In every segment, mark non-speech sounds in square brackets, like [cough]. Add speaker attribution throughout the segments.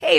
Speaker 1: Hey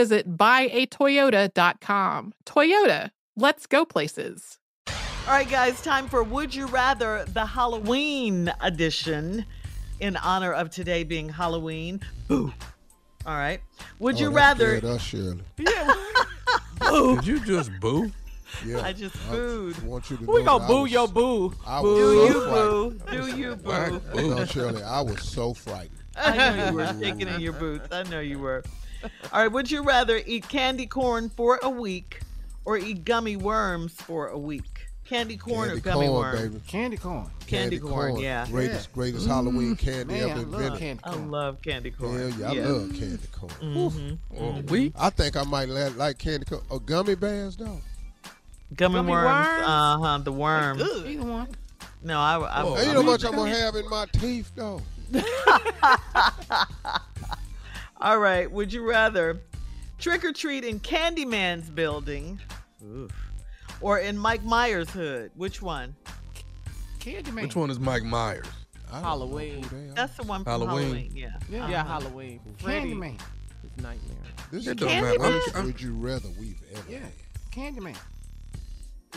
Speaker 2: you visit buyatoyota.com. Toyota, let's go places.
Speaker 3: All right, guys, time for Would You Rather, the Halloween edition in honor of today being Halloween. Boo. All right. Would you rather?
Speaker 4: us, Shirley.
Speaker 3: Boo.
Speaker 5: Did you just boo?
Speaker 4: Yeah,
Speaker 3: I just booed.
Speaker 4: I want you to
Speaker 5: We
Speaker 4: know
Speaker 5: gonna
Speaker 4: that
Speaker 5: boo
Speaker 4: I was,
Speaker 5: your boo.
Speaker 4: I
Speaker 3: Do
Speaker 4: was
Speaker 3: you
Speaker 4: so
Speaker 3: boo?
Speaker 4: frightened.
Speaker 3: Do you
Speaker 4: I-
Speaker 3: boo?
Speaker 4: No, Shirley, I was so frightened.
Speaker 3: I know you were shaking in your boots. I know you were. All right. Would you rather eat candy corn for a week or eat gummy worms for a week? Candy corn or
Speaker 4: Candy
Speaker 3: gummy
Speaker 4: corn,
Speaker 3: worm?
Speaker 4: baby.
Speaker 5: Candy corn. Mm-hmm.
Speaker 3: Candy, corn, Yeah.
Speaker 4: Greatest, greatest Halloween candy
Speaker 5: Man, I
Speaker 4: ever
Speaker 5: love
Speaker 4: invented.
Speaker 5: candy
Speaker 3: I
Speaker 5: corn.
Speaker 3: love candy corn.
Speaker 4: Hell yeah, I love candy corn.
Speaker 5: Oh, we
Speaker 4: I think I might la- like candy corn. Oh, gummy bears though.
Speaker 3: Gummy,
Speaker 5: Gummy
Speaker 3: worms.
Speaker 5: worms?
Speaker 3: Uh huh. The worms.
Speaker 5: Either one.
Speaker 3: No, I. I,
Speaker 4: Ain't you know much I'm gonna have in my teeth though.
Speaker 3: All right. Would you rather trick or treat in Candyman's building, or in Mike Myers' hood? Which one?
Speaker 5: Candy man. Which Which one? one?
Speaker 6: One is Mike Myers.
Speaker 4: I don't know
Speaker 7: Halloween.
Speaker 4: who they are.
Speaker 3: That's the one from
Speaker 6: Halloween.
Speaker 3: Halloween. Yeah.
Speaker 7: Yeah,
Speaker 3: Uh-huh.
Speaker 7: Halloween.
Speaker 5: Candy
Speaker 7: Freddy
Speaker 5: man.
Speaker 7: is nightmare.
Speaker 4: This
Speaker 6: It
Speaker 4: is
Speaker 6: don't
Speaker 4: the
Speaker 6: matter. I'm-
Speaker 4: worst
Speaker 6: I'm-
Speaker 4: would you rather we've ever
Speaker 5: Yeah.
Speaker 4: had.
Speaker 5: Candy man.
Speaker 6: It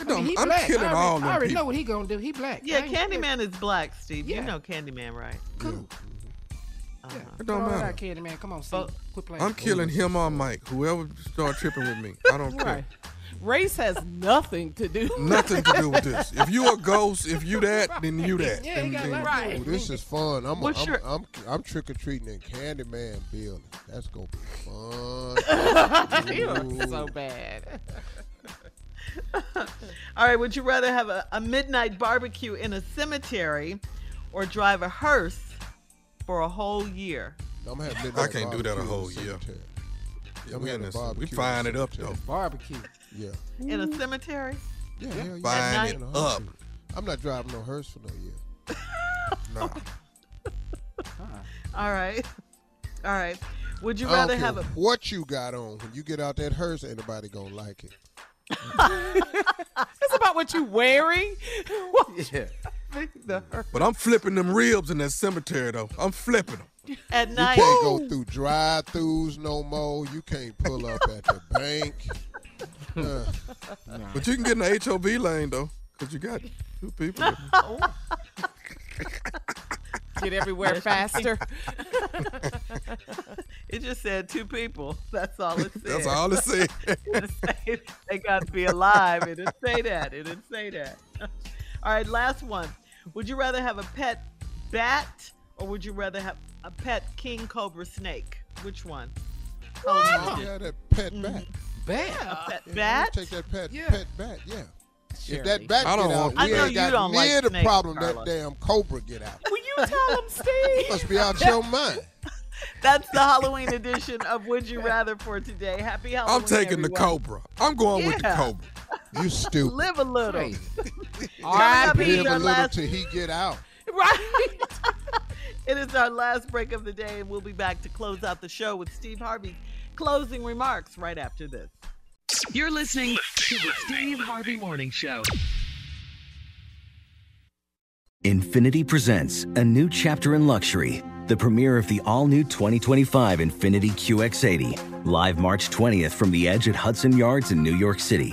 Speaker 5: I mean,
Speaker 6: don't-
Speaker 5: he
Speaker 6: I'm
Speaker 5: black.
Speaker 6: killing
Speaker 5: I already,
Speaker 6: all them
Speaker 5: I already
Speaker 6: people.
Speaker 5: know what he gonna do. He black. I
Speaker 3: Yeah,
Speaker 5: ain't-
Speaker 3: Candyman is black, Steve. You
Speaker 5: Yeah.
Speaker 3: know Candyman, right?
Speaker 5: Cool.
Speaker 3: Uh-huh.
Speaker 5: Yeah.
Speaker 6: It don't
Speaker 5: Throw
Speaker 6: matter.
Speaker 5: out Candy man. Come on, see.
Speaker 3: Well,
Speaker 5: Quit playing.
Speaker 6: I'm killing him or Mike. Whoever start tripping with me, I don't care.
Speaker 7: Right. Race has nothing to do.
Speaker 6: Nothing to do with this. If you a ghost, if you that, then you that.
Speaker 5: Yeah, he
Speaker 6: And-
Speaker 5: got
Speaker 6: and-
Speaker 5: left
Speaker 7: Right.
Speaker 4: Oh, this is fun. I'm I'm,
Speaker 3: What's your-
Speaker 4: I'm I'm trick or treating in Candyman building. That's gonna be
Speaker 3: [laughs]
Speaker 4: fun.
Speaker 7: You are
Speaker 4: Ooh.
Speaker 7: so bad.
Speaker 3: All right. Would you rather have a, a midnight barbecue in a cemetery, or drive a hearse for a whole year?
Speaker 4: I'm having midnight
Speaker 6: I can't do that a
Speaker 4: barbecue in
Speaker 6: whole
Speaker 4: the
Speaker 6: year.
Speaker 4: cemetery.
Speaker 6: Yeah,
Speaker 4: I'm
Speaker 6: we, in
Speaker 4: having
Speaker 6: this, we
Speaker 4: barbecue in
Speaker 6: fine
Speaker 4: the
Speaker 6: it up
Speaker 4: cemetery.
Speaker 6: though.
Speaker 5: Barbecue.
Speaker 4: Yeah.
Speaker 3: In a cemetery?
Speaker 4: Yeah, hell yeah.
Speaker 6: Fine
Speaker 3: night-
Speaker 6: it
Speaker 4: In a
Speaker 6: up.
Speaker 4: hearse. I'm not driving no hearse for no year.
Speaker 6: Nah.
Speaker 3: All right. All right. Would you
Speaker 4: I don't
Speaker 3: rather
Speaker 4: care
Speaker 3: have a
Speaker 4: what you got on when you get out that hearse? Ain't nobody gonna like it.
Speaker 7: It's about what you wearing.
Speaker 8: Yeah.
Speaker 3: the hurt
Speaker 8: But I'm flipping them ribs in that cemetery though. I'm flipping them.
Speaker 3: at
Speaker 4: You
Speaker 3: night?
Speaker 4: can't go through drive-throughs no more. You can't pull up at the
Speaker 8: [laughs]
Speaker 4: bank. Uh,
Speaker 8: But you can get in the HOV lane though, cause you got two people.
Speaker 7: Get everywhere faster.
Speaker 3: it just said two people. That's all it said.
Speaker 8: That's all it said.
Speaker 3: [laughs] It said they got to be alive. It didn't say that. It didn't say that. All right, last one. Would you rather have a pet bat or would you rather have a pet king cobra snake? Which one?
Speaker 4: Oh, yeah, that pet bat.
Speaker 3: A
Speaker 7: Bad.
Speaker 3: pet
Speaker 4: Yeah,
Speaker 3: bat?
Speaker 4: Take that pet,
Speaker 7: Yeah.
Speaker 4: pet bat. Yeah. If
Speaker 7: Surely.
Speaker 4: that bat
Speaker 8: I don't
Speaker 4: get
Speaker 8: want-
Speaker 4: out,
Speaker 3: I
Speaker 4: we
Speaker 3: know
Speaker 4: ain't
Speaker 3: you
Speaker 4: got
Speaker 3: don't like
Speaker 4: near the
Speaker 3: snakes,
Speaker 4: problem
Speaker 3: Carla.
Speaker 4: that damn cobra get out.
Speaker 7: Will you tell him, Steve?
Speaker 4: Must be out your mind.
Speaker 3: [laughs] That's the Halloween edition of Would You Rather for today. Happy Halloween.
Speaker 8: I'm taking the
Speaker 3: everyone.
Speaker 8: Cobra. I'm going with the
Speaker 3: Yeah.
Speaker 8: Cobra.
Speaker 4: You stupid.
Speaker 3: Live a little.
Speaker 7: Crazy.
Speaker 3: R.I.P.
Speaker 4: Live
Speaker 3: Our
Speaker 4: a little
Speaker 3: last-
Speaker 4: till he get out.
Speaker 7: Right.
Speaker 3: It is our last break of the day, and we'll be back to close out the show with Steve Harvey's closing remarks right after this.
Speaker 9: You're listening to the Steve Harvey Morning Show.
Speaker 10: Infinity presents a new chapter in luxury, the premiere of the all new 2025 Infinity QX80, live March 20th from the edge at Hudson Yards in New York City,